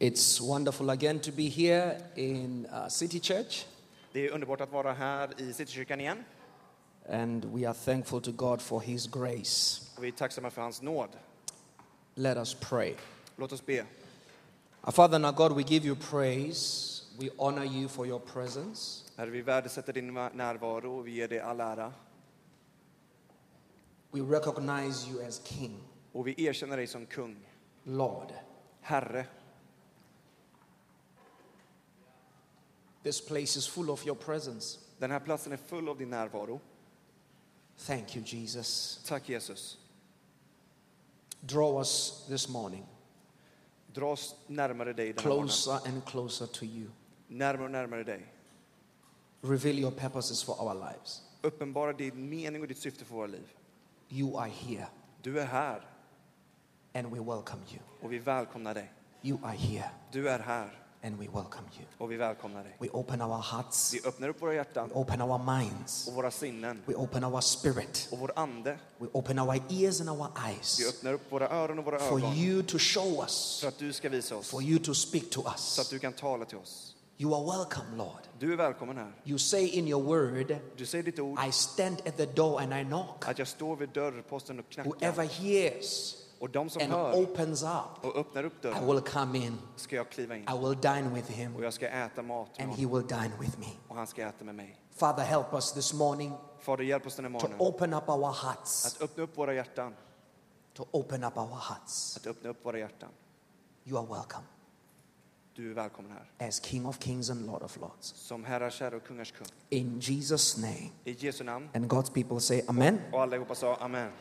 It's wonderful again to be here in uh, City Church, Det är underbart att vara här i Citykyrkan igen. and we are thankful to God for His grace. Och vi är tacksamma för hans nåd. Let us pray. Låt oss be. Our Father and our God, we give you praise. We honor you for your presence. Herre, vi värdesätter din närvaro och vi ger dig all ära. We recognize you as King, Och vi erkänner dig som kung, Lord. herre. This place is full of your presence. Den här platsen är full av din närvaro. Thank you, Jesus. Tack Jesus. Draw us this morning Dra oss närmare dig den här morgonen. closer and closer to you. Närmare och närmare dig. Reveal your purposes for our lives. Uppenbara din mening och ditt syfte för våra liv. You are here, Du är här and we welcome you. och vi välkomnar dig. You are here, Du är här and we welcome you. och vi välkomnar dig. We open our hearts, Vi öppnar upp våra hjärtan we open our minds, och våra sinnen we open our spirit, och vår ande. we open our ears and our Vi eyes öppnar upp våra öron och våra for ögon you to show us, för att du ska visa oss. for you to speak to så att us. du kan tala till oss. You are welcome, Lord. Du är välkommen här. You say in your word, Du säger ditt ord I stand at the door and I knock. att jag står vid dörrposten och Whoever knackar. hears Och de som and hör opens up, och öppnar upp I dörren will come in, ska jag kliva in I will dine with och him, jag ska äta mat med and he honom will dine with me. och han ska äta med mig. Father, help us this morning Fader, hjälp oss den här to morgonen open up our hearts, att öppna upp våra hjärtan. to open up our hearts. Att öppna upp våra hjärtan. You are welcome. Du är välkommen här. as King of Kings and Lord of Lords. Som herrars herre och kungars kung. In Jesus' name. I Jesu namn. And God's people say, Amen. Och allihopa sa amen.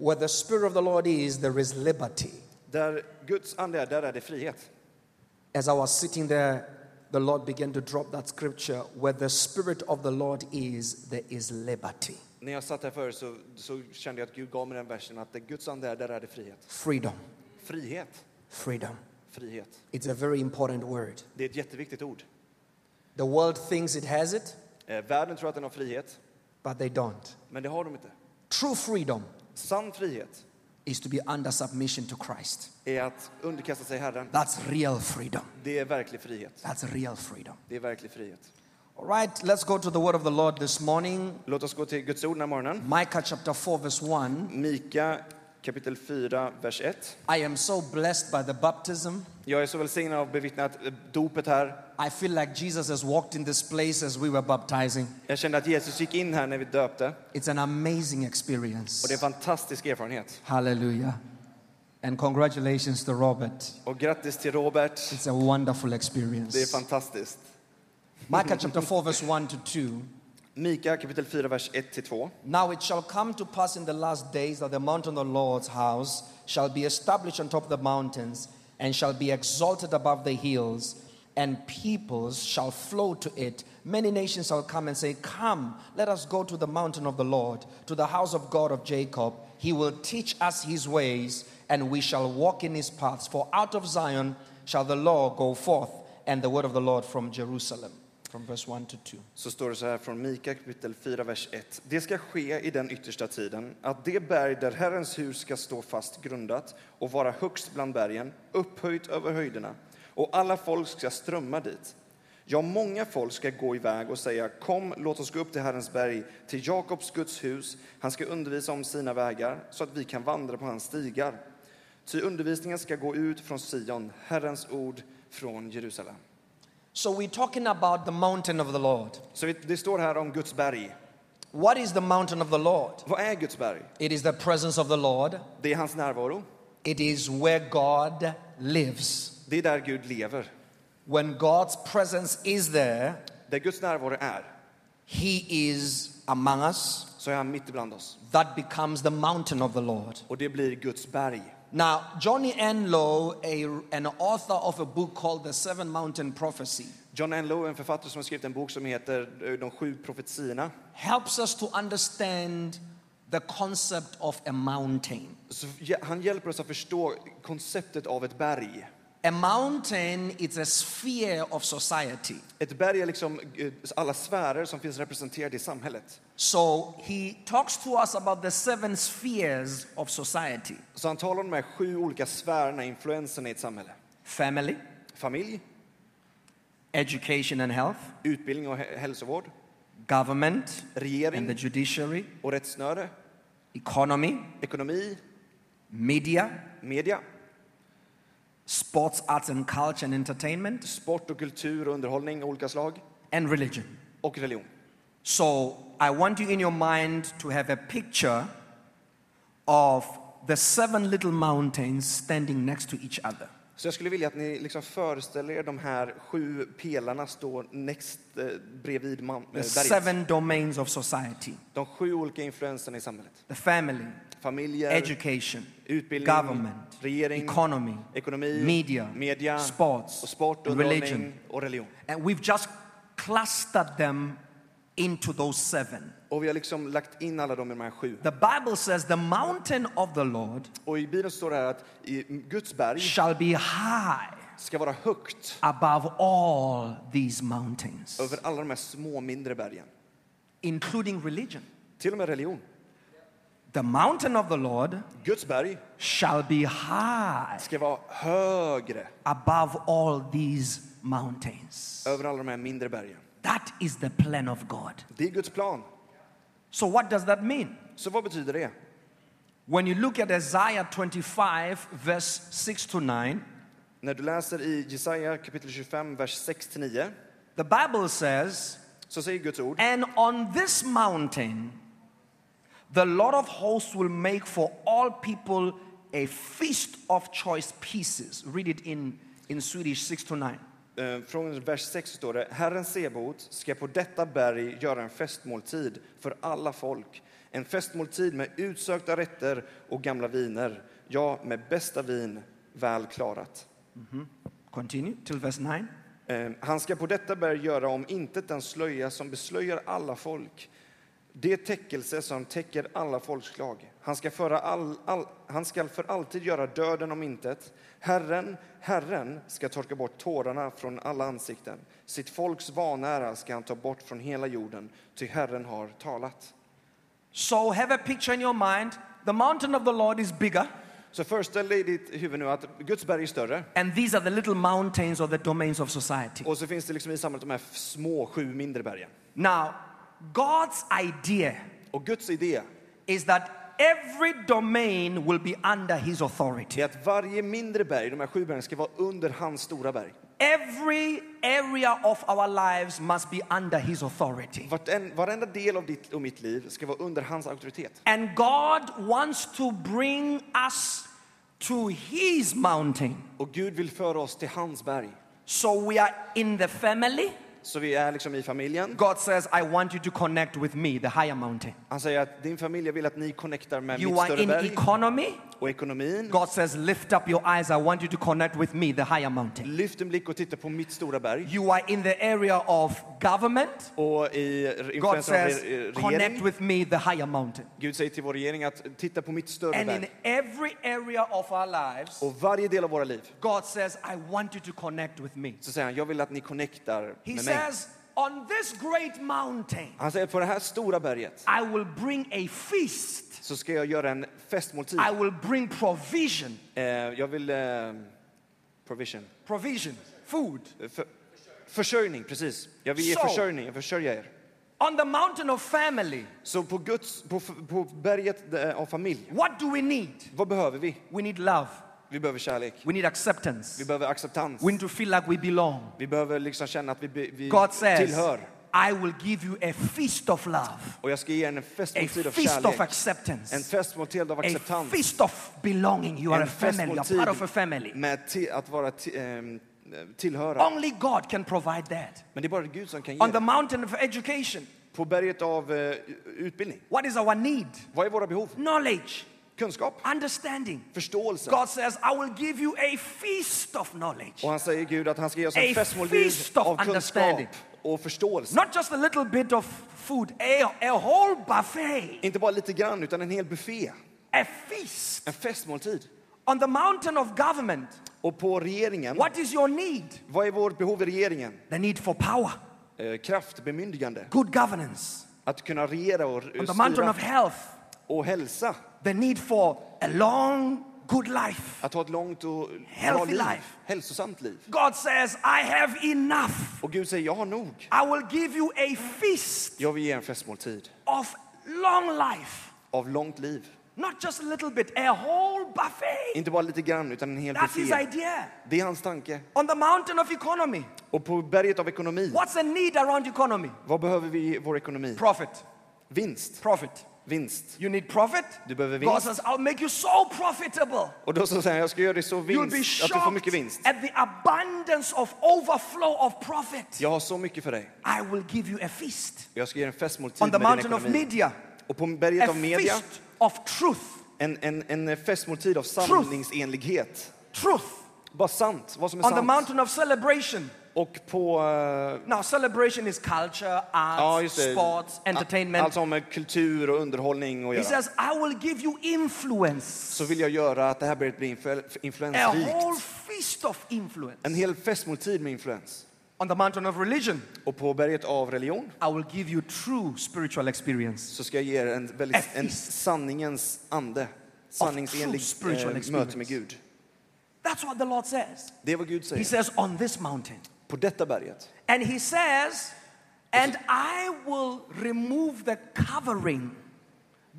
Where the Spirit of the Lord is, there is liberty. Där Guds ande är, där är det frihet. As I was sitting there, the Lord began to drop that scripture where the Spirit of the Lord is, there is liberty, När jag satt här förut så, så kände jag att Gud gav mig den versen att där Guds ande är, där är det frihet. freedom. Frihet. Freedom. Frihet. It's a very important word. Det är ett jätteviktigt ord. The world thinks it has it, Eh, Världen tror att den har frihet, but they don't. men det har de inte. True freedom Sann frihet is to be under submission to Christ. är att underkasta sig Herren. That's real freedom. Det är verklig frihet. That's real freedom. Det är verklig frihet. All right, let's go to the word of the Lord this morning. Låt oss gå till Guds ord den här morgonen. Micah chapter 4, verse 1 Mika kapitel 4, vers 1. I am so blessed by the baptism. Jag är så välsignad av bevittnat eh, dopet här. I feel like Jesus has walked in this place as we were baptizing. Jag kände att Jesus gick in här när vi döpte It's an amazing och det är en experience. fantastisk erfarenhet. Hallelujah. And congratulations to Robert. Och grattis till Robert. It's a wonderful Det är experience. fantastiskt. Micah chapter 4, verse 1 to 2. Mika kapitel 4, vers 1 till 2. Now it shall come to pass in the last days that the mountain of the Lord's house shall be established on top of the mountains and shall be exalted above the hills, and peoples shall flow to it. Many nations shall come and say, Come, let us go to the mountain of the Lord, to the house of God of Jacob. He will teach us his ways, and we shall walk in his paths. For out of Zion shall the law go forth, and the word of the Lord from Jerusalem. From verse 1 to 2. så står det så här från Mika kapitel 4, vers 1. Det ska ske i den yttersta tiden att det berg där Herrens hus ska stå fast grundat och vara högst bland bergen, upphöjt över höjderna, och alla folk ska strömma dit. Ja, många folk ska gå iväg och säga kom, låt oss gå upp till Herrens berg, till Jakobs Guds hus. Han ska undervisa om sina vägar så att vi kan vandra på hans stigar. Ty undervisningen ska gå ut från Sion, Herrens ord från Jerusalem. So we're talking about the mountain of the Lord. Så vi- det står här om Guds berg. What is the mountain of the Lord? Vad är Guds berg? It is the presence of the Lord. Det är hans närvaro. It is where God lives. Det är där Gud lever. When God's presence is there, Där Guds närvaro är, He is among us. så är han mitt ibland oss. That becomes the mountain of the Lord. Och det blir Guds berg. Now, Johnny Enlow, a, an author of a book called The Seven Mountain Prophecy, John Enloe, en författare som har skrivit en bok som heter eh, De sju profetiorna, helps us to understand the concept of a mountain. så hj- han hjälper oss att förstå konceptet av ett berg. A mountain is a sphere of society. Ett berg är liksom eh, alla sfärer som finns representerade i samhället. So he talks to us about the seven spheres of society Så han talar om de här sju olika sfärerna, influenserna i ett samhälle. family, familj, education and health, utbildning och hä- hälsovård, government and the regering judiciary, och rättssnöre, economy, ekonomi, media, media, sports, arts and culture and entertainment, sport och kultur och underhållning av olika slag and religion. och religion. So I want you in your mind to have a picture of the seven little mountains standing next to each other. Så jag skulle vilja att ni liksom föreställer er de här sju pelarna står next, eh, bredvid man, eh, The berget. seven domains of society De sju olika influenserna i samhället. the family, Familjer, education, utbildning, government, regering, economy, ekonomi, media, media och sports, sport, underhållning religion. och religion. And we've just clustered them into those seven. Och vi har liksom lagt in alla de i de här sju. The Bible says the mountain of the Lord Och i Bibeln står det här att i Guds berg shall be high ska vara högt above all these mountains, över alla de här små, mindre bergen. including religion. Till och med religion. The mountain of the Lord Guds berg shall be high ska vara högre above all these mountains. över alla de här mindre bergen. That is the plan of God. Det är Guds plan. So, what does that mean? Så vad betyder det? When you look at Isaiah 25, verse 6 to 9, När du läser i Jesaja kapitel 25, vers 6-9 the Bible says, så säger Guds ord And on this mountain, the Lord of hosts will make for all people a feast of choice pieces. Read it in, in Swedish 6 to 9. Eh, Från vers 6 står det Herren Sebot ska på detta berg göra en festmåltid för alla folk. En festmåltid med utsökta rätter och gamla viner. Ja, med bästa vin väl klarat. Continue till verse 9. Eh, Han ska på detta berg göra om intet den slöja som beslöjar alla folk. Det täckelse som täcker alla folkslag. Han ska, föra all, all, han ska för alltid göra döden om intet. Herren, Herren ska torka bort tårarna från alla ansikten. Sitt folks vanära ska han ta bort från hela jorden, ty Herren har talat. So have a picture in your mind. The mountain of the Lord is bigger, Så föreställ dig i ditt huvud nu att Guds berg är större and these are the little mountains or the domains of society. och så finns det liksom i samhället de här f- små sju mindre bergen. Now, God's idea Och Guds idé is that every domain will be under his authority. är att varje mindre berg, de här sju bergen, ska vara under hans stora berg. Every area of our lives must be under his authority. Vart en, varenda del av ditt och mitt liv ska vara under hans auktoritet. And God wants to bring us to his mountain. Och Gud vill föra oss till hans berg. So we are in the family. Så vi är liksom i familjen. God says, I want you to connect with me, the higher mountain. Han säger att din familj, jag vill att ni connectar med You mitt are större in berg economy. och ekonomin. God says, Lift up your eyes. I want you to connect with me, the higher mountain. Lyft en blick och titta på mitt stora berg. You are in the area of government. Och i God influensen av says, re- Connect regering. with me, the higher mountain. Gud säger till vår regering att titta på mitt större And in berg. every area of our lives, Och varje del av våra liv God says, I want you to connect with me. så säger han, jag vill att ni connectar He med mig. says, On this great mountain, Han säger, på det här stora berget I will bring a feast. så ska jag göra en festmåltid. I will bring provision. Eh, jag vill... Eh, provision. Provision. Food. Eh, För, försörjning, precis. Jag vill ge Så. försörjning, jag försörjer er. On the mountain of family, Så på, Guds, på, f- på berget eh, av familj, what do we need? vad behöver vi? We need love. Vi behöver kärlek, We need acceptance. vi behöver acceptans. We need to feel like we belong. Vi behöver liksom känna att vi, be- vi God says, tillhör. I will give you a feast of love, Och jag ska ge er en a festmåltid av feast of kärlek, en acceptance, festmåltid av a acceptans, feast of belonging. You are a en family, you're part of a festmåltid family. med ti- att vara ti- ehm, tillhöra. Only God can provide that. Men det är bara Gud som kan ge On the det. mountain of education, På berget av eh, utbildning, what is our need? vad är våra behov? Knowledge, Kunskap, understanding. förståelse. God says, I will give you a feast of knowledge. Och han säger Gud att han ska ge oss A en festmåltid feast of av kunskap understanding. och förståelse. Not just a little bit of food, a, a whole buffet, Inte bara lite grann, utan en hel buffé. a feast. En festmåltid. On the mountain of government, Och på regeringen, what is your need? vad är vårt behov i regeringen? The need for power, Eh, kraft, bemyndigande. good governance. Att kunna regera och eh, On the mountain styra. of health, Och hälsa. the need for a long good life. Att ha ett långt och bra Healthy liv. life. Hälsosamt liv. God says, I have enough. Och Gud säger, jag har nog. I will give you a feast Jag vill ge en festmåltid of long life. av långt liv. Not just a little bit, a whole buffet. Inte bara lite grann, utan en hel That's his buffé. idea. Det är hans tanke. On the mountain of economy. Och på berget av ekonomi, What's the need around economy? vad behöver vi i vår ekonomi? Profit. Vinst. Profit. Vinst. You need profit? Du behöver God vinst. says, I'll make you so profitable. Och då så säger han, jag ska göra dig så You'll be vinst, att du får shocked mycket vinst. at the abundance of overflow of profit. Jag har så mycket för dig. I will give you a feast Och jag ska ge dig en festmåltid on the med din mountain of ekonomi. media, Och på berget a av media, feast of truth. en, en, en festmåltid av sanningsenlighet. Truth Bara sant, vad som är on the sant. mountain of celebration. Och på... eh, Now, celebration is culture, Ja, arts, just det. sports, entertainment. Allt som har med kultur och underhållning att He göra. says, I will give you influence, Så vill jag göra att det här blir bli influ- a whole influensrikt. feast of influence. En hel festmåltid med influens. On the mountain of religion, Och på berget av religion I will give you true spiritual experience. så ska jag ge er en, A väldigt, en feast. sanningens ande. Sanningsenlig true spiritual eh, experience. möte med Gud. That's what the Lord says. Det är vad Gud He säger. says, on this mountain. På detta berget. And he says, And I will remove the covering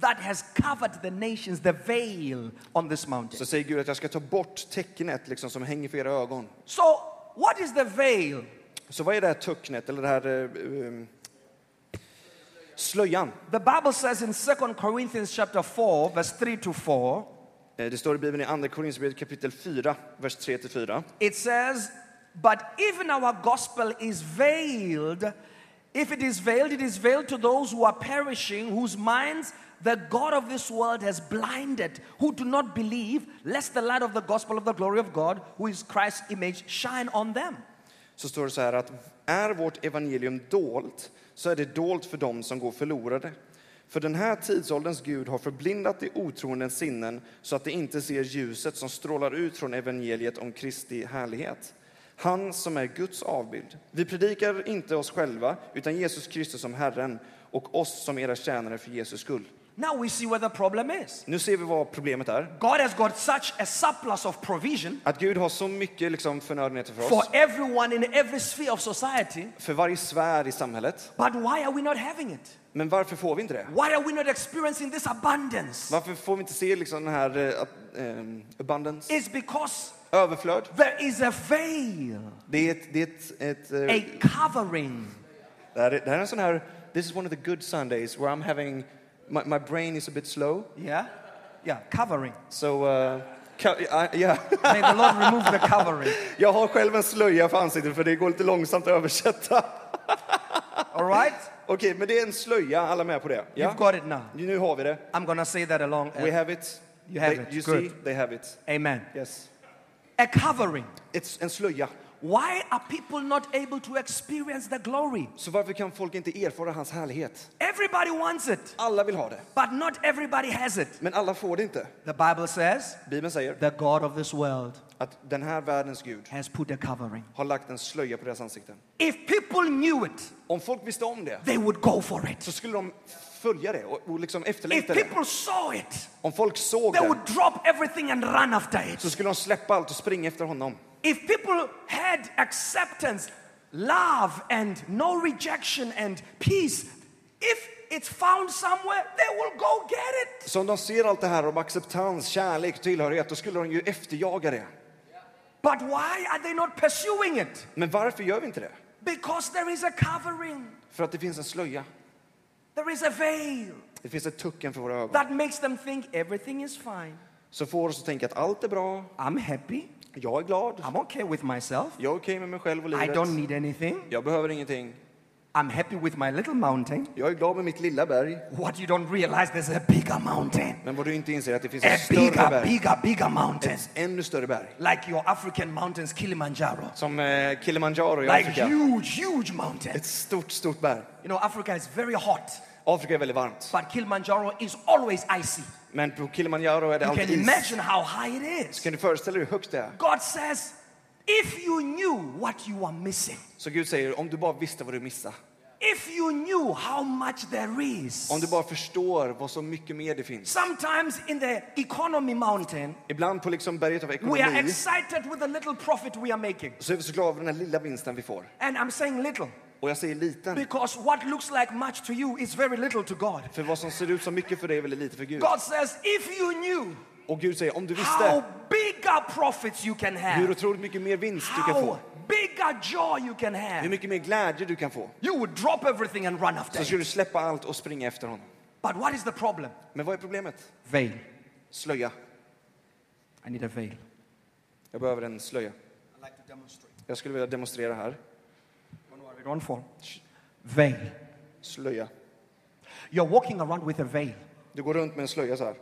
that has covered the nations, the veil on this mountain. Så säger Gud att jag ska ta bort tecknet liksom, som hänger för era ögon. So, what is the veil? Så vad är det här tucknet eller det här eh, eh, slöjan? The Bible says in 2 Corinthians chapter 4, verse 3 to 4, Eh, Det står i Bibeln i Andra Korinthierbrevet kapitel 4, vers 3-4. it says, But even our gospel is veiled. If it is veiled, it is veiled to those who are perishing, whose minds the God of this world has blinded, who do not believe, lest the light of the gospel of the glory of God, who is Christ's image, shine on them. så står det så här att är vårt evangelium dolt så är det dolt för dem som går förlorade. För den här tidsålderns Gud har förblindat de otroendens sinnen så att de inte ser ljuset som strålar ut från evangeliet om Kristi härlighet. Han som är Guds avbild. Vi predikar inte oss själva utan Jesus Kristus som Herren och oss som era tjänare för Jesus skull. Now we see where the problem is. Nu ser vi vad problemet är. God has got such a surplus of provision Att Gud har så mycket liksom förnödenheter för for oss, everyone in every sphere of society, för varje sfär i samhället. but why are we not having it? Men varför får vi inte det? Why are we not experiencing this abundance? Varför får vi inte se liksom den här eh, ab- ehm, abundance? It's because Överflöd. there is a veil, Det är ett... Det är ett, ett a eh, covering. det, här är, det här är en sån här... This is one of the good Sundays where I'm having... My, my brain is a bit slow. Yeah? Yeah, covering. So... Uh, ca- I- yeah. May the Lord remove the covering. Jag har själv en slöja för ansiktet för det går lite långsamt att översätta. All right? Okej, men det är en slöja. Alla med på det? You've Ja. got it now. Nu har vi det. I'm going to say that along. We have it. You have they, it. You Good. see? They have it. Amen. Yes. A covering. Ett, en slöja. Why are people not able to experience the glory? Så varför kan folk inte erfara hans härlighet? Everybody wants it, Alla vill ha det, but not everybody has it. men alla får det inte. The Bible says Bibeln säger the God of this world att den här världens Gud has put a covering. har lagt en slöja på deras ansikten. If people knew it, Om folk visste om det they would go for it. så skulle de följa det och, och liksom If efterlängta det. people saw it, Om folk såg they det would drop everything and run after it. så skulle de släppa allt och springa efter honom. If people had acceptance, love, and no rejection and peace, if it's found somewhere, they will go get it. Så om de ser allt det här om acceptans, kärlek, tillhörighet, då skulle de ju efterjaga det. But why are they not pursuing it? Men varför gör vi inte det? Because there is a covering, För att det finns en slöja. there is a veil Det finns ett tucken för våra ögon. that makes them think everything is fine. Så får oss att tänka att allt är bra, I'm happy, jag är glad, I'm okay with myself, jag är okej med mig själv och I livet. don't need anything, Jag behöver ingenting. I'm happy with my little mountain. Jag är glad med mitt lilla berg. What you don't realize, there's a bigger mountain, Men vad du inte inser är att det finns a ett större bigger, berg. bigger, bigger mountain. Ett ännu större berg. like your African mountains, Kilimanjaro. Som eh, Kilimanjaro i Like Afrika. huge, huge mountains. Ett stort, stort berg. You know, Africa is very hot, Afrika är väldigt varmt. but Kilimanjaro is always icy. Men på Kilimanjaro är det You can alltid is. imagine how high it is. Kan du föreställa dig hur högt det är? God says, if you knew what you are missing, Så Gud säger, om du bara visste vad du missade. if If you knew how much there is, Om du bara förstår vad så mycket mer det finns. sometimes in the economy mountain, Ibland på liksom berget av we are ekonomi excited with the little profit we are making. så är vi så glada över den här lilla vinsten vi får. And I'm saying little Och jag säger liten, because what looks like much to you is very little to God. för vad som ser ut som mycket för dig är väldigt lite för Gud. God says, if you knew Och Gud säger, om du how visste bigger profits you can hur have, otroligt mycket mer vinst du kan få, how bigger joy you can hur have, mycket mer glädje du kan få, you would drop everything and run after så it. skulle du släppa allt och springa efter honom. But what is the problem? Men vad är problemet? Veil. Slöja. I need a veil. Jag behöver en slöja. I'd like to demonstrate. Jag skulle vilja demonstrera här. Don't worry, don't fall. Veil. Slöja. You're walking around with a veil. Du går runt med en slöja så här.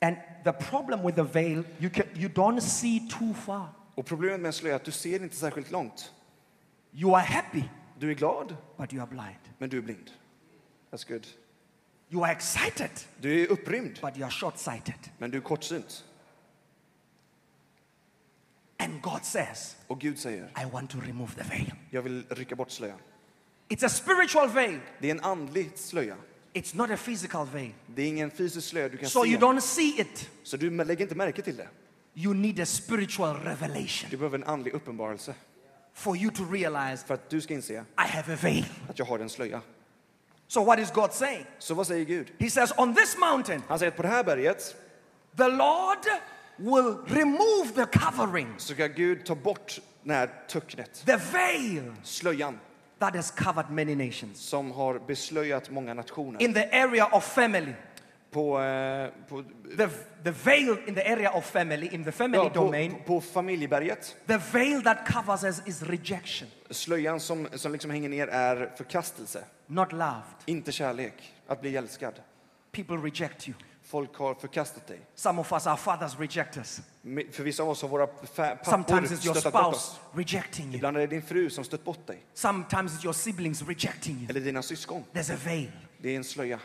And the problem with the veil, you, can, you don't see too far. Och problemet med en slöja är att du ser inte särskilt långt. You are happy, Du är glad, but you are blind. men du är blind. That's good. You are excited, Du är upprymd, but you are short sighted. men du är kortsynt. And God says, Och Gud säger, I want to remove the veil. jag vill rycka bort slöjan. It's a spiritual veil, Det är en andlig slöja. it's not a physical veil. Det är ingen fysisk slöja du kan So you se. don't see it. Så du lägger inte märke till det. You need a spiritual revelation Du behöver en andlig uppenbarelse for you to realize för att du ska inse I have a veil. att jag har en slöja. So, what is God saying? Så vad säger Gud? He says, On this mountain, Han säger att på det här berget the Lord will remove the covering, så ska Gud ta bort det här töcknet, the veil slöjan that has covered many nations. som har beslöjat många nationer. In the area of family, På, eh, på, the, the veil in the area of family, in the family ja, på, domain, på familjeberget, the veil that covers us is rejection, slöjan som, som liksom hänger ner är förkastelse, not loved. inte kärlek, att bli älskad. People reject you. Folk har förkastat dig. Some of us, our fathers reject us. Me- För vissa av oss har våra fa- pappor Sometimes it's your stöttat bort oss. spouse rejecting you. Ibland är det din fru som stött bort dig, Sometimes it's your siblings rejecting you. eller dina syskon. There's a veil. Det är en slöja.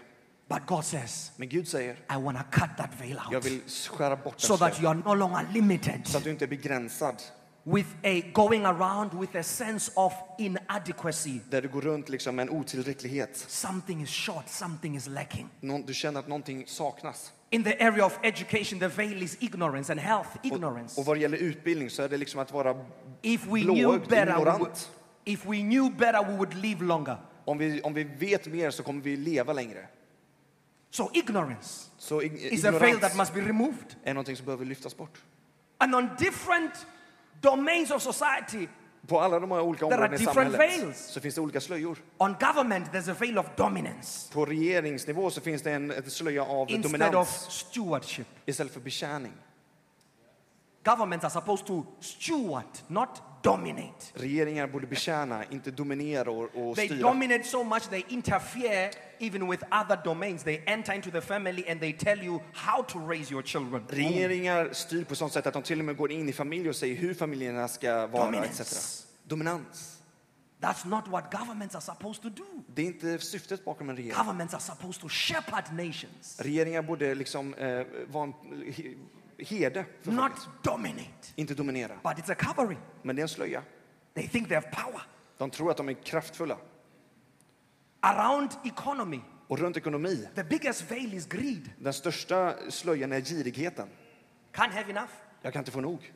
But God says, Men Gud säger, I want to cut that veil jag out vill skära bort den so that slöjan. you are no longer limited Så att du inte är begränsad. with a going around with a sense of inadequacy. Där du går runt liksom med en otillräcklighet. Something is short, something is lacking. Någon, du känner att någonting saknas. In the area of education, the veil is ignorance and health, ignorance. Och vad det gäller utbildning så är det liksom att vara... If we knew blåögd, better, we would, ignorant. if we knew better, we would live longer. Om vi, om vi vet mer så kommer vi leva längre. So ignorance Så ig- is a veil that ignorans must be removed. är någonting som behöver lyftas bort. And on different domains of society, På alla de här olika There are områdena i different samhället veils. så finns det olika slöjor. on government, there's a veil of dominance På regeringsnivå så finns det en ett slöja av instead of dominans stewardship. istället för betjäning. Governments are supposed to steward, not dominate. Regeringar borde betjäna, inte dominera och, och They styra. dominate so much they interfere even with other domains. They enter into the family and they tell you how to raise your children. Regeringar styr på sånt sätt att de till och med går in i familjer och säger hur familjerna ska vara Dominance. etc. Dominans. That's not what governments are supposed to do. Det är inte syftet bakom en regering. Governments are supposed to shepherd nations, Regeringar borde liksom eh, vara en he- herde, för folket. not dominate. inte dominera. But it's a covering. Men det är en slöja. They think they have power. De tror att de är kraftfulla. Around economy, Och runt ekonomi, the biggest veil is greed. den största slöjan är girigheten. Can't have enough. Jag kan inte få nog.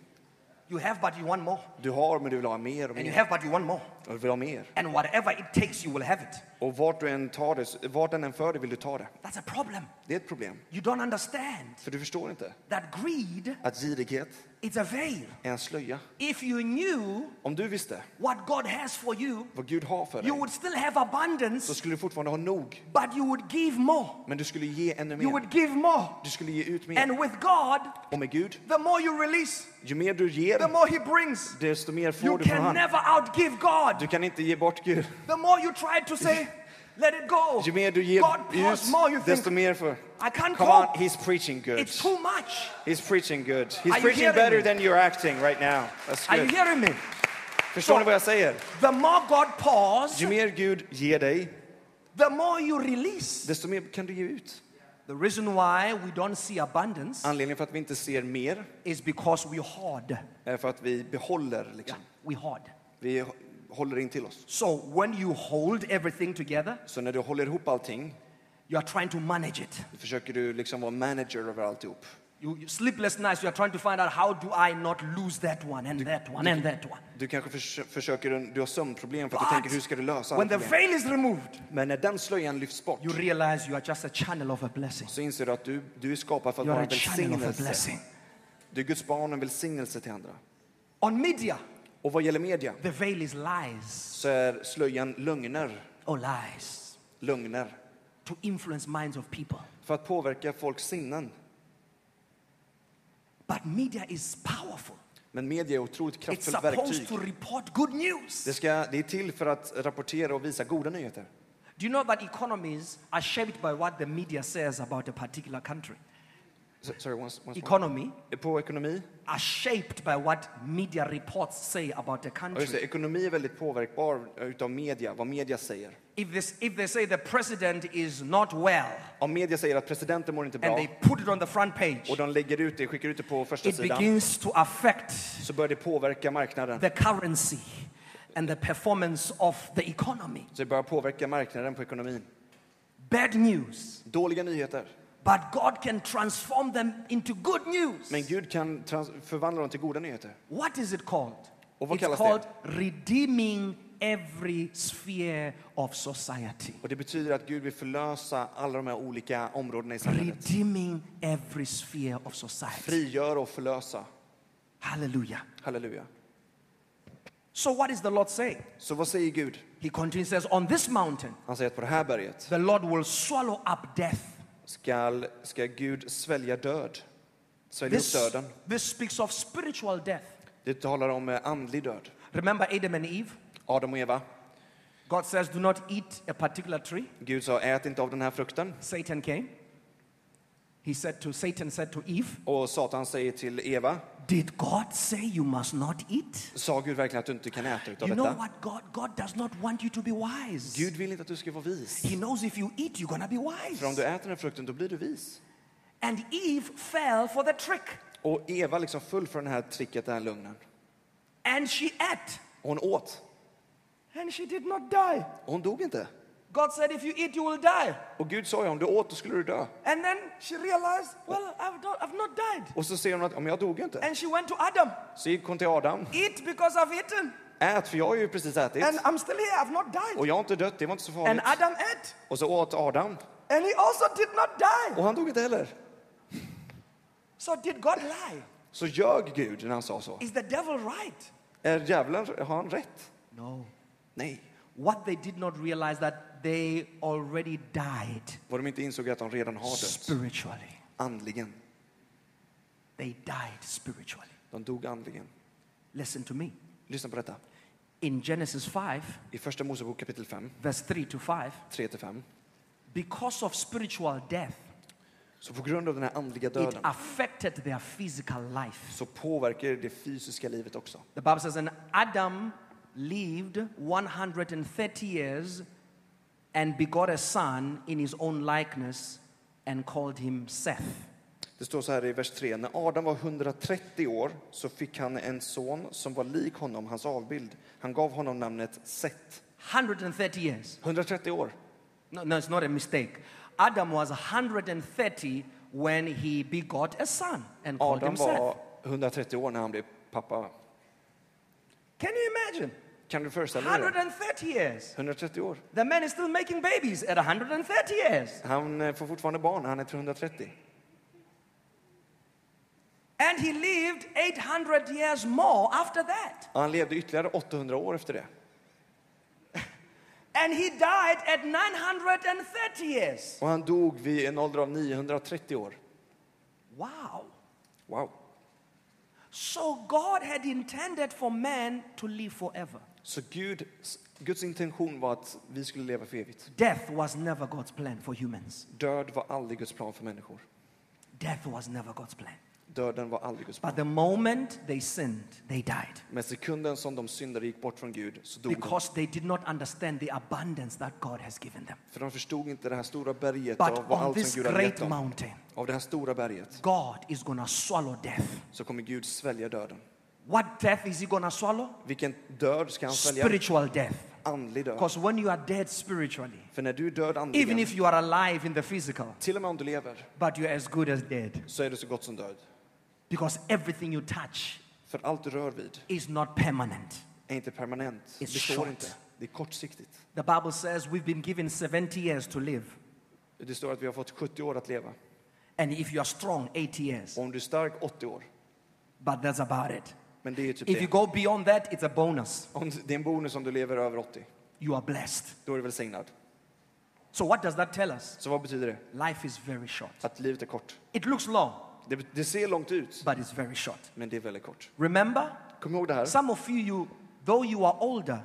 You have, but you want more. Du har, men du vill ha mer och And you mer. have, but you want more. Och du vill ha mer. And whatever it takes, you will have it. Och vart du än tar det, vart den än för dig vill du ta det. That's a problem. Det är ett problem. You don't understand För du förstår inte that greed att girighet is a veil. är en slöja. If you knew Om du visste what God has for you, vad Gud har för dig, you would still have så abundance, skulle du fortfarande ha nog. but you would give more. Men du skulle ge ännu You mer. would give more. Du skulle ge ut mer. And with God, Och med Gud, the more you release, ju mer du the ger, more He brings. desto mer You får du från can han. never outgive God. Du kan inte ge bort Gud. The more you try to say, let it go, Ju mer du ger God pours more. You ut, desto think, mer får... I can't Come on, cope. he's preaching good. It's too much. He's preaching good. Are He's you preaching hearing better me? than you're acting right now. That's Are you good. hearing me? Förstår ni vad jag säger? The more God pours, Ju mer Gud ger dig, the more you release. desto mer kan du ge ut. The reason why we don't see abundance Anledningen för att vi inte ser mer is because we hoard. är för att vi behåller. Liksom. We hoard. Vi håller in till oss. So when you hold everything together, Så när du håller ihop allting, you are trying to manage it. då försöker du liksom vara manager över alltihop. You, you- sleepless nights, you are trying to find out how do I not lose that one and that one and that one. Du kanske förs- försöker, du har sömnproblem för att du But tänker hur ska du lösa alla when the problem? veil is removed, Men när den slöjan lyfts bort you realize you are just a channel of a blessing. så inser du att du, du är skapad för att You are vara a en channel of a välsignelse. blessing. Du är Guds barn och en välsignelse till andra. On media, Och vad gäller media the veil is lies. så är slöjan lögner. Oh, lies. Lögner. To influence minds of people. För att påverka folks sinnen. But media is powerful. Men media är otroligt It's kraftfullt supposed verktyg. to report good Det, news. ska, det är till för att rapportera och visa goda nyheter. Do you know that economies are shaped by what the media says about a particular country? S- Sorry, once, once more. Economy På ekonomi? are shaped by what media reports say about a Ja, just det, country. ekonomi är väldigt påverkbar eh, utav media, vad media säger. If, this, if they say the president is not well Om media säger att presidenten mår inte and bra they put it on the front page, och de lägger ut det, skickar ut det på första it sidan begins to affect så börjar det påverka marknaden. the currency and the performance of the economy. Så det börjar påverka marknaden på ekonomin. Bad news. Dåliga nyheter. But God can transform them into good news. Men Gud kan trans- förvandla dem till goda nyheter. What is it called? Och vad it's kallas called det? redeeming every sphere of society. Och det betyder att Gud vill förlösa alla de här olika områdena i samhället. Redeeming every sphere of society. Frigöra och förlösa. Hallelujah. Halleluja. So, what is the Lord saying? Så vad säger Gud? He continues, says, On this mountain, Han säger att på det här berget the Lord will swallow up death. ska, ska Gud svälja död. Svälja upp This, döden. this speaks of spiritual death. Det talar om eh, andlig död. Remember Adam and Eve? Adam och Eva. God says, Do not eat a particular tree. Gud sa ät inte av den här frukten. Satan came. He said to Satan said to Eve, Och Satan säger till Eva, Did God say you must not eat? sa Gud verkligen att du inte kan äta utav You know detta? what God God does not want you to be wise. Gud vill inte att du ska vara vis. He knows if you eat you're going to be wise. För om du äter den här frukten då blir du vis. And Eve fell for the trick Och Eva liksom full för den här tricket, den här lögnen. and she ate Hon åt. and she did not die. Och hon dog inte. God said if you eat you will die. Och Gud sa ju om du åt då skulle du dö. And then she realized, well, I've not, I've not died. Och så ser hon att om jag dog ju inte. And she went to Adam, Så gick hon till Adam. eat because I've eaten Ät för jag har ju precis ätit. and I'm still here. I've not died. Och jag har inte dött, det var inte så And farligt. Adam ate Och så åt Adam. and he also did not die. Och han dog inte heller. So did God lie? Så ljög Gud när han sa så. Is the devil right? Är djävulen, har han rätt? No. Nej. What they did not realize that they already died Vad de inte insåg är att de redan har dött. spiritually. Andligen. They died spiritually. De dog andligen. Listen to me. Lyssna på detta. In Genesis 5, I första Mosebok kapitel 5, verse 3 to 5, 3-5. because of spiritual death, Så på grund av den här andliga it döden affected their physical life. så påverkar det det fysiska livet också. The Bible says, and Adam lived 130 years and begot a son in his own likeness and called him Seth. Det står så här i vers 3. När Adam var 130 år så fick han en son som var lik honom, hans avbild. Han gav honom namnet Set. 130 years. 130 år. No, no, it's not a mistake. Adam was 130 when he begot a son and called Adam him Seth. var 130 år när han blev pappa. Can you imagine? Kan du föreställa dig det? 130 years. 130 år. The man is still making babies at 130 years. Han eh, får fortfarande barn, han är 330. And he lived 800 years more after that. Och han levde ytterligare 800 år efter det. And he died at 930 years. Och han dog vid en ålder av 930 år. Wow. Wow. So God had intended for man to live forever. Så Gud, Guds intention var att vi skulle leva för evigt. Death was never God's plan for humans. Död var aldrig Guds plan för människor. Death was never God's plan. Döden var aldrig Guds plan. But the moment they sinned, they died Men sekunden som de syndare gick bort från Gud så dog de. because they did not understand the abundance that God has given them. För de förstod inte det här stora berget But av vad on allt this som Gud hade gett great dem. mountain, Av det här stora berget God is going to swallow death. så kommer Gud svälja döden. What death is he going to swallow? Vilken död ska han svälja? Spiritual death. Andlig död. Because when you are dead spiritually, För när du är död even andligen, if you are alive in the physical, till och med om du lever, but you're as good as dead. så är du så gott som död. Because everything you touch För allt du rör vid is not permanent. är inte permanent. Det short. består inte. Det är kortsiktigt. The Bible says we've been given 70 years to live. Det står att vi har fått 70 år att leva. And if you are strong, 80 years. Och om du är stark, 80 år. But that's about it. Men det är ju typ If you det. go beyond that, it's a bonus. Om det är en bonus om du lever över 80. You are blessed. Då är du välsignad. So, what does that tell us? Så vad betyder det? Life is very short. Att livet är kort. It looks long, Det, det ser långt ut, but it's very short. men det är väldigt kort. Remember, Kom ihåg det här. some of you, you though you are older,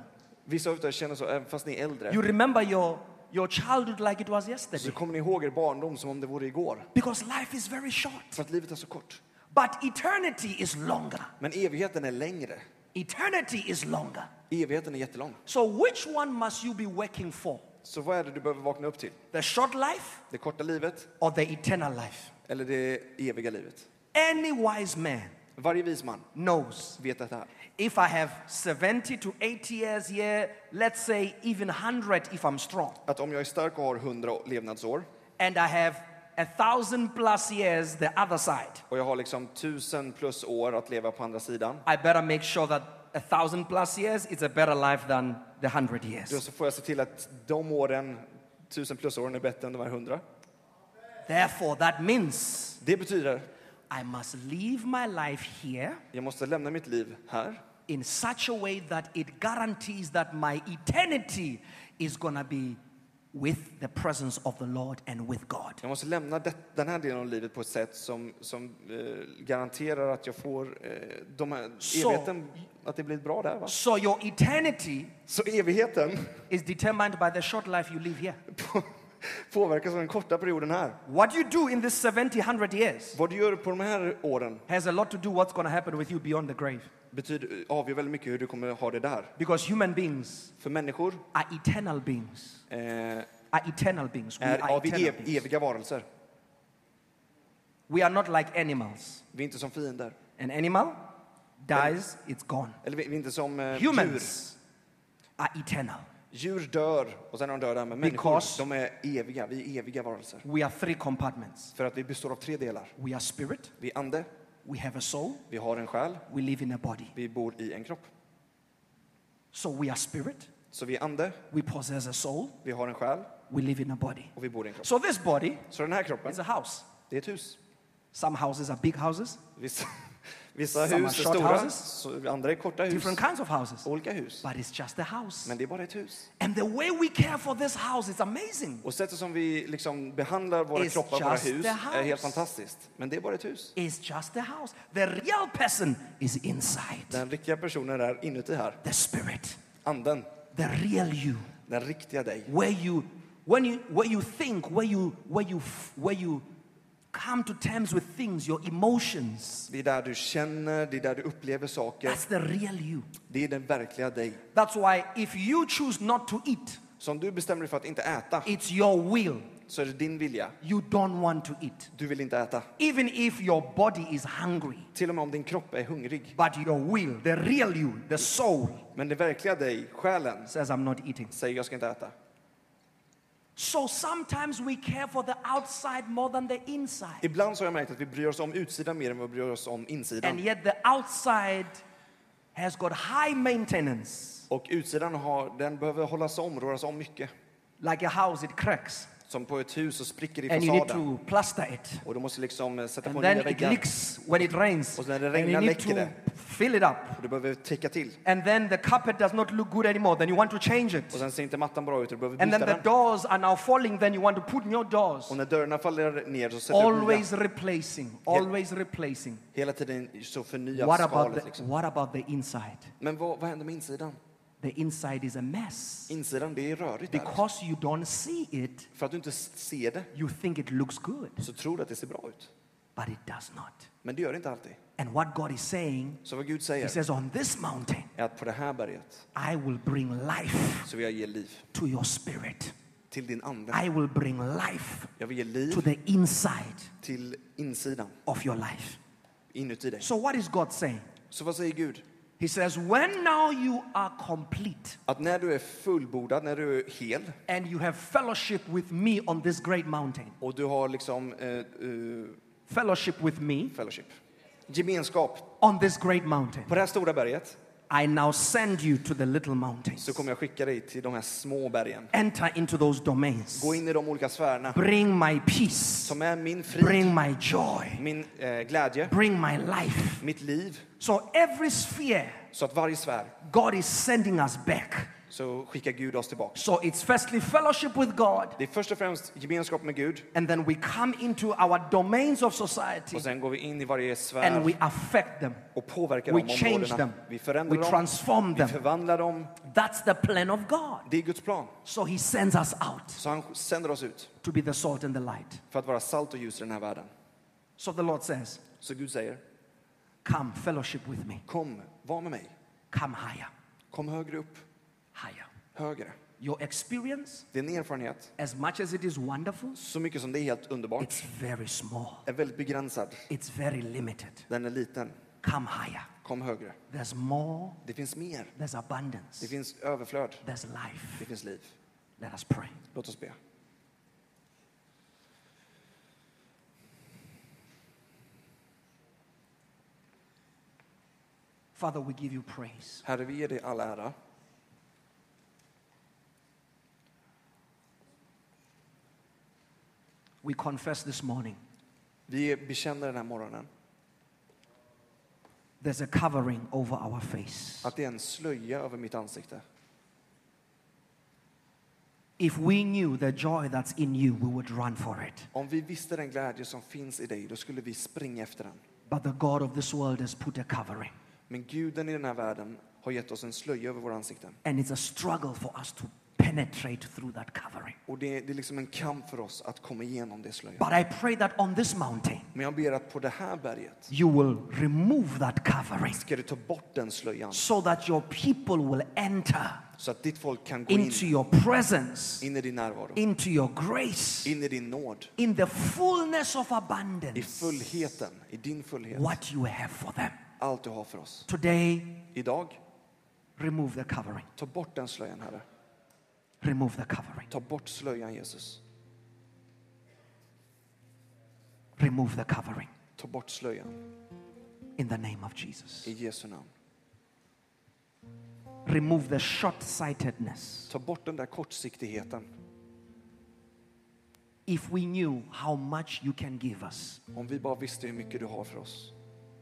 Vissa av er känner så, även fast ni är äldre, you remember your, your childhood like it was så yesterday. kommer ni ihåg er barndom som om det vore igår. Because life is very short. För att livet är så kort. But eternity is longer. Men evigheten är längre. Eternity is longer. Evigheten är jättelång. So, which one must you be working for? Så vad är det du behöver vakna upp till? The short life Det korta livet or the eternal life? eller det eviga livet? Any wise man Varje vis man knows vet det här. if I have 70 to 80 years here, let's say even 100 if I'm strong, Att om jag är stark och har 100 levnadsår and I have a thousand plus years the other side, och jag har liksom 1000 plus år att leva på andra sidan, I better make sure that a thousand plus years is a better life than the 100 då years. så får jag se till att de åren, 1000 plus åren är bättre än de här 100. Therefore, that means Det betyder I must live my life here jag måste lämna mitt liv här in such a way that it guarantees that my eternity is going to be with the presence of the Lord and with God. Jag måste lämna det, den här delen av livet på ett sätt som, som eh, garanterar att jag får eh, de här, Så- evigheten, att det blir bra där. Va? So, your eternity Så evigheten is determined by the short life you live here. påverkas av den korta perioden här. What you do in this 70, 100 years Vad du gör på de här åren has a lot to do what's going to happen with you beyond the grave. betyder, avgör väldigt mycket hur du kommer ha det där. Because human beings För människor are eternal beings. eh, Are eternal beings. We är, are ja, vi eternal är Uh, ev- beings. eviga varelser. We are not like animals. Vi är inte som fiender. An animal dies, it's gone. Eller vi, vi är inte som eh, djur. Humans are eternal. Djur dör och sen är de döda. Men människor, Because- de är eviga. Vi är eviga varelser. We are three compartments. För att vi består av tre delar. We are spirit, Vi är ande, we have a soul, vi har en själ, we live in a body. vi bor i en kropp. So we are spirit, Så vi är ande, we possess a soul, vi har en själ we live in a body. och vi bor i en kropp. So this body Så den här kroppen, is a house. det är ett hus. Some houses are big houses, Vissa, vissa Some hus är are short stora, houses. så andra är korta hus. different kinds of houses. Olika hus. But it's just a house. Men det är bara ett hus. And the way we care for this house is amazing. Och sättet som vi liksom behandlar våra It's kroppar, våra just hus, the är helt house. fantastiskt. Men det är bara ett hus. It's just a house. The real person is inside. Den riktiga personen är inuti här. The spirit, Anden. the real you, Den riktiga dig. where you when you where you think, where you where you f- where you come to terms with things, your emotions. Det är där du känner, det är där du upplever saker. That's the real you. Det är den verkliga dig. That's why if you choose not to eat, Så om du bestämmer dig för att inte äta, it's your will. så är det din vilja. You don't want to eat. Du vill inte äta. Even if your body is hungry, Till och med om din kropp är hungrig. but your will, the real you, the soul Men den verkliga dig, själen, says I'm not eating. säger jag ska inte äta. So sometimes we care for the outside more than the inside. Ibland så har jag märkt att vi bryr oss om utsidan mer än vad vi bryr oss om And insidan. yet the outside has got high maintenance. Och utsidan har, den behöver hållas om, röras om mycket. Like a house, it cracks Som på ett hus så spricker det i and you need fasaden. to plaster it. Och du måste liksom eh, sätta på And nya then it väggar. leaks when it rains. Och när det And you regnar need läcker to det. fill it up. Och du behöver täcka till. And then the carpet does not look good anymore. Then you want to change it. Och sen ser inte mattan bra ut, du behöver And then byta the den. doors are now falling. Then you want to put new doors. Och när dörrarna faller ner så sätter du upp nya. Always replacing. Always replacing. Hela tiden så förnyas What about skalet the, liksom. what about the inside? Men vad, vad händer med insidan? The inside is a mess. Insidan, det är rörigt där. Because you don't see it, För att du inte s- ser det you think it looks good, så tror du att det ser bra ut. but it does not. Men det gör det inte alltid. And what God is saying, Så vad Gud He säger says, On this mountain, är att på det här berget I will bring life så vill jag ge liv to your spirit. till din ande. I will bring life Jag vill ge liv to the inside till insidan, of your life. inuti dig. So, what is God saying? Så vad säger Gud? He says, When now you are complete Att när du är fullbordad, när du är hel and you have fellowship with me on this great mountain, och du har liksom eh, eh, fellowship with me fellowship, gemenskap on this great mountain, på det här stora berget I now send you to the little mountains. så kommer jag skicka dig till de här små bergen. Enter into those domains. Gå in i de olika sfärerna Bring my peace. som är min frid, Bring my joy. min eh, glädje, Bring my life. mitt liv. So every sphere, Så att varje sfär God is sending us back. så skickar Gud oss tillbaks. So it's firstly fellowship with God, Det är först och främst gemenskap med Gud and then we come into our domains of och society sen går vi in i varje and sfär we affect them. och påverkar We de change them. områdena. Vi We förändrar dem, transform vi them. förvandlar dem. That's the plan of God. Det är Guds plan. So he sends us out Så han sänder oss ut to be the salt and the light. för att vara salt och ljus i den här världen. So the Lord says, Så Gud säger, Come, fellowship with me. kom, var med mig. Come higher, Kom högre upp, higher. högre. Your experience, Din erfarenhet, as much as it is wonderful, så mycket som det är helt underbart, it's very small, är väldigt begränsad. it's very limited. Den är liten. Come higher. Kom högre. There's more, Det finns mer. there's Det abundance, finns överflöd. there's Det life. finns liv. Let us pray. Låt oss be. Father, we give you praise. Herre, vi ger dig all ära. We confess this morning Vi bekänner den här morgonen there's a covering over our face. att det är en slöja över mitt ansikte. If we knew the joy that's in you, we would run for it. Om vi visste den glädje som finns i dig, då skulle vi springa efter den. But the God of this world has put a covering. Men guden i den här världen har gett oss en slöja över våra ansikten. And it's a struggle for us to penetrate through that covering. Och det, det är liksom en kamp för oss att komma igenom det slöjan. But I pray that on this mountain, Men jag ber att på det här berget you will remove that covering ska du ta bort den slöjan so that your people will enter så att ditt folk kan gå in, into your presence, in i din närvaro, into your grace, in i din nåd, in the fullness of i abundance, fullheten, i din fullhet, what you have for them. allt du har för oss. Today, Idag, remove the covering. ta bort den slöjan, Herre. Remove the covering. Ta bort slöjan, Jesus. Remove the covering Ta bort slöjan, in the name of Jesus. i Jesu namn. Remove the short sightedness. Ta bort den där kortsiktigheten. If we knew how much you can give us, Om vi bara visste hur mycket du har för oss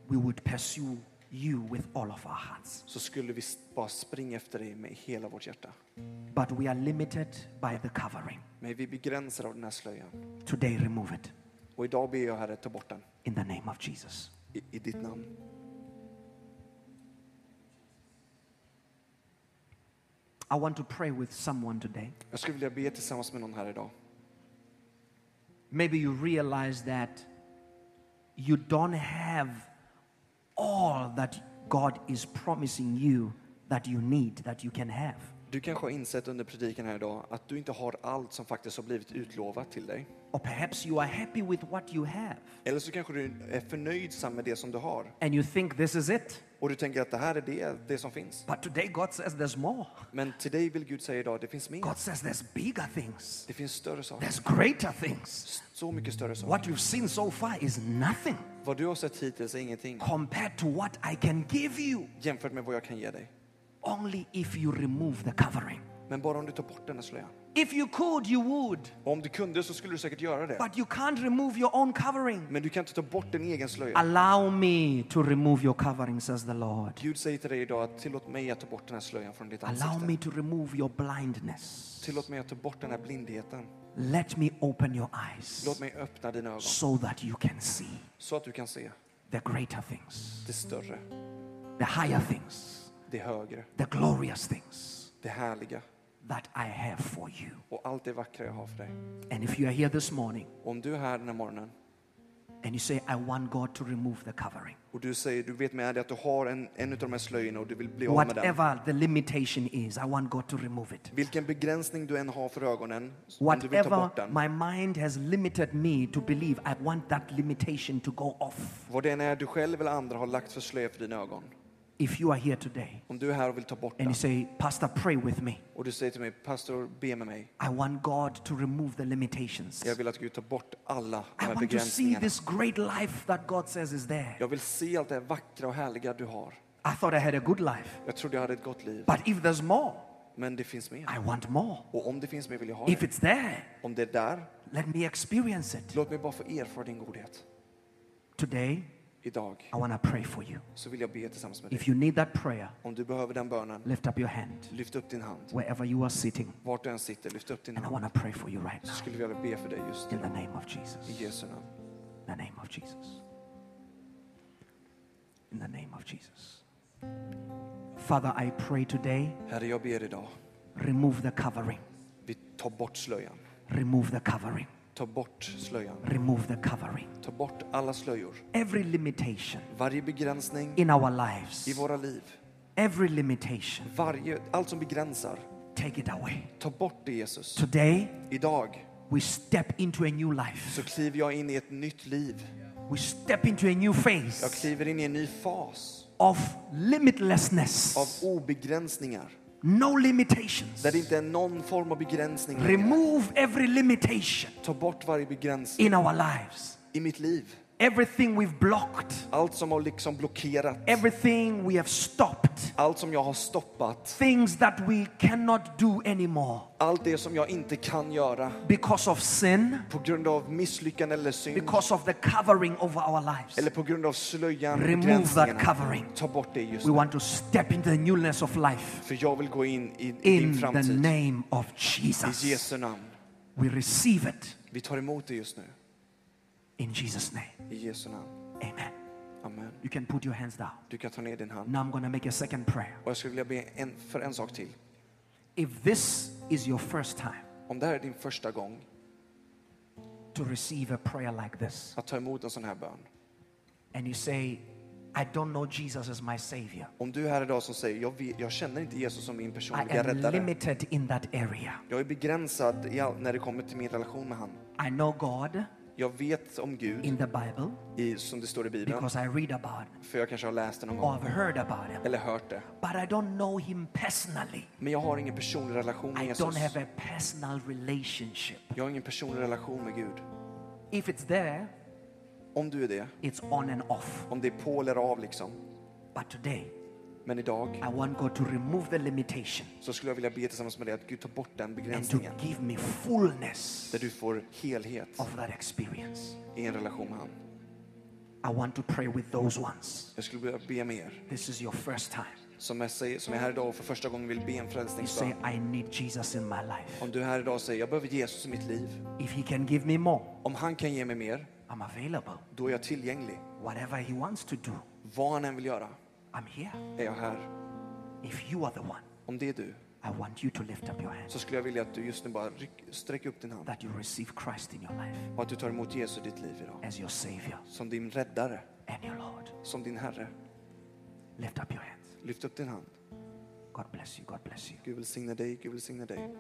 we would pursue you with all of our hearts. så skulle vi bara springa efter dig med hela vårt hjärta. But we are limited by the covering. Men vi begränsar av den här slöjan. Today, remove it Och idag ber jag, Herre, ta bort den in the name of Jesus. i, i ditt namn. I want to pray with someone today. Jag skulle vilja be tillsammans med någon här idag. Maybe you realize that you don't have all that God is promising you that you need, that you can have. Du kanske har insett under predikan här idag att du inte har allt som faktiskt har blivit utlovat till dig. Or perhaps you are happy with what you have Eller så kanske du är förnöjdsam med det som du har and you think this is it. och du tänker att det här är det, det som finns. But today, God says there's more. Men till dig vill Gud säga idag, det finns mer. God says there's bigger things, Det finns större saker. there's greater things. Så mycket större saker. What you've seen so far is nothing Vad du har sett hittills är ingenting compared to what I can give you jämfört med vad jag kan ge dig. only if you remove the covering. Men bara om du tar bort den här slöjan. If you could, you would, Och om du kunde så skulle du säkert göra det. but you can't remove your own covering. Men du kan inte ta bort din egen slöja. Allow me to remove your covering, says the Lord. Gud säger till dig idag att tillåt mig att ta bort den här slöjan från ditt Allow me ansikte. to remove your blindness. Tillåt mig att ta bort den här blindheten. Let me open your Låt eyes mig öppna dina ögon so that you can see så att du kan se the greater things, det större, the higher things, det högre, the glorious things det härliga that I have for you. och allt det vackra jag har för dig. And if you are here this morning Om du är här den här morgonen and you say, I want God to remove the covering. Och du säger, du vet med dig att du har en, en av de här slöjorna och du vill bli av med den. Whatever the limitation is, I want God to remove it. Vilken begränsning du än har för ögonen, om du vill Whatever ta bort den. my mind has limited me to believe, I want that limitation to go off. Vad det än är du själv eller andra har lagt för slöja för dina ögon. If you are here today Om du är här och vill ta bort and den you say, Pastor, pray with me, och du säger till mig, pastor be med mig. I want God to remove the limitations. Jag vill att Gud tar bort alla de I här want to see begränsningarna. this great life that God says is there. Jag vill se allt det här vackra och härliga du har. I thought I had a good life, Jag trodde jag hade ett gott liv, but if there's more, men det finns mer. I want more. Och om det finns mer vill jag ha If det. it's there, Om det är där, let me experience it. låt mig bara få erfara din godhet. Today, Idag I want to pray for you. så vill jag be tillsammans med dig. If you need that prayer, Om du behöver den bönen, lift up your hand lyft upp din hand. wherever you are sitting. Vart du än sitter, lyft upp din And I hand. want to pray for you right Så now. skulle vi vilja be för dig just In nu. the name of Jesus. I Jesu namn. In the name of Jesus. In the name of Jesus. Father, I pray today, Herre, jag ber idag. remove the covering. Vi tar bort slöjan. Remove the covering. Ta bort slöjan. Remove the covering. Ta bort alla slöjor. Every limitation Varje begränsning in our lives, i våra liv. every limitation, Varje, allt som begränsar. take it away. Ta bort det Jesus. Today, Idag we step into a new life. så kliver jag in i ett nytt liv. We step into a new Jag phase kliver in i en ny fas of av limitlessness, obegränsningar. no limitations. Där det inte är någon form av begränsning längre. Remove every limitation Ta bort varje begränsning in our lives. i mitt liv. Everything we've blocked, Allt som har liksom blockerat. everything we have stopped, Allt som jag har stoppat. things that we cannot do anymore Allt det som jag inte kan göra because of sin, på grund av misslyckande eller synd. because of the covering over our lives. Eller på grund av slöjan, Remove that begränsningarna. covering. Ta bort det just We nu. want to step into the newness of life För jag vill gå in i in din the framtid. name of I Jesus. Jesu namn. We receive it Vi tar emot det just nu. in Jesus' name. I Jesu namn. Amen. Amen. You can put your hands down. Du kan ta ner din hand. Now I'm going to make a second prayer. Och jag skulle vilja be en, för en sak till. If this is your first time Om det här är din första gång to receive a prayer like this, att ta emot en sån här bön. and you say, I don't know Jesus as my Savior, Om du är här idag som säger jag, vet, jag känner inte Jesus som min I personliga am räddare. limited in that area. Jag är begränsad i all, när det kommer till min relation med han. I know God Jag vet om Gud, in the Bible i, som det står i Bibeln, because I read about Him för jag kanske har läst det någon or gång I've heard about Him, eller hört det. but I don't know Him personally. Men jag har ingen personlig relation med I don't Jesus. have a personal relationship. Jag har ingen personlig relation med Gud. If it's there, Om du är det, it's on and off. om det är på eller av liksom. But today, Men idag I want God to remove the limitation så skulle jag vilja be tillsammans med dig att Gud tar bort den and to begränsningen. give me fullness Där du får helhet of that experience. i en relation med han. I want to pray with those ones. Jag skulle vilja be med er This is your first time. som är, säger- som är här idag och för första gången vill be en You say, frälsningsbön. I need Jesus in my life. Om du är här idag och säger jag behöver Jesus i mitt liv. If He can give me more, Om han kan ge mig mer, I'm available. då är jag tillgänglig. Whatever He wants to do, Vad han än vill göra I'm here. är jag här. If you are the one, Om det är du I want you to lift up your hands så skulle jag vilja att du just nu bara ryck, sträck upp din hand that you receive Christ in your life och att du tar emot Jesus i ditt liv idag. as your Savior Som din räddare, and your Lord. som din Herre. Lift up your hands. Lyft upp din hand. God bless you. God bless you. Gud välsigne dig, Gud välsigne dig.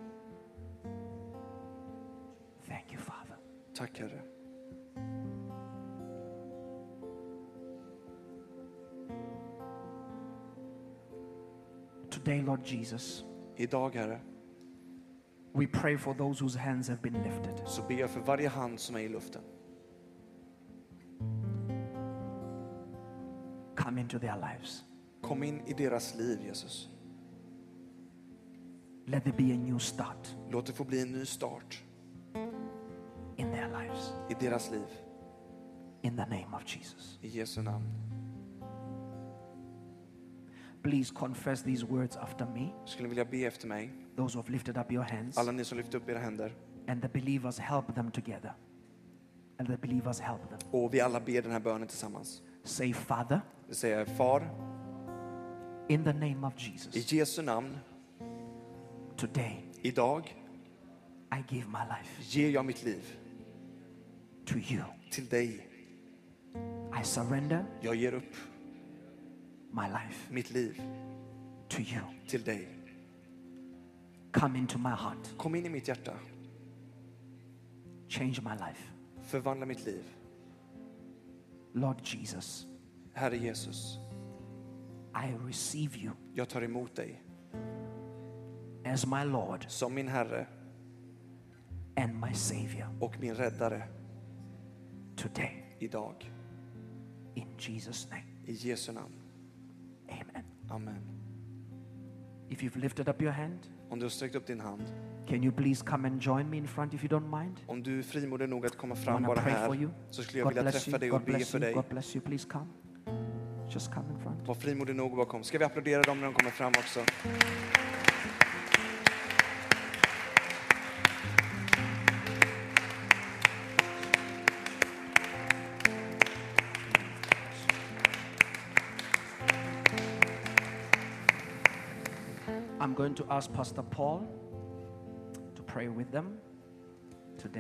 Thank you, Father. Tack Herre. Today, Lord Jesus, Idag Herre, we pray for those whose hands have been lifted. så ber jag för varje hand som är i luften. Come into their lives. Kom in i deras liv Jesus. Let there be a new start Låt det få bli en ny start in their lives. i deras liv. In the name of Jesus. I Jesu namn. Please confess these words after me. Jag skulle vilja be efter mig. Those who have lifted up your hands Alla ni som lyfter upp era händer. and the believers help them together. And the believers help them. Och vi alla ber den här bönen tillsammans. Say, Father, Vi säger Far, in the name of i Jesus, Jesu namn, today idag I give my life ger jag mitt liv to you. till dig. I surrender Jag ger upp my life mitt liv to you. till dig. Come into my heart. Kom in i mitt hjärta. Change my life. Förvandla mitt liv. Lord Jesus, Herre Jesus, I receive you jag tar emot dig as my Lord som min Herre and my Savior och min Räddare today. idag. In Jesus' name. I Jesu namn. Amen. Amen. If you've lifted up your hand, Om du har sträckt upp din hand, can you please come and join me in front if you don't mind? om du är frimodig nog att komma I fram wanna bara pray for här you. så skulle jag God vilja bless you. träffa dig och God be bless för you. dig. God bless you. Please come. Just come in front. Var frimodig nog och bara kom. Ska vi applådera dem när de kommer fram också? I'm going to ask Pastor Paul to pray with them.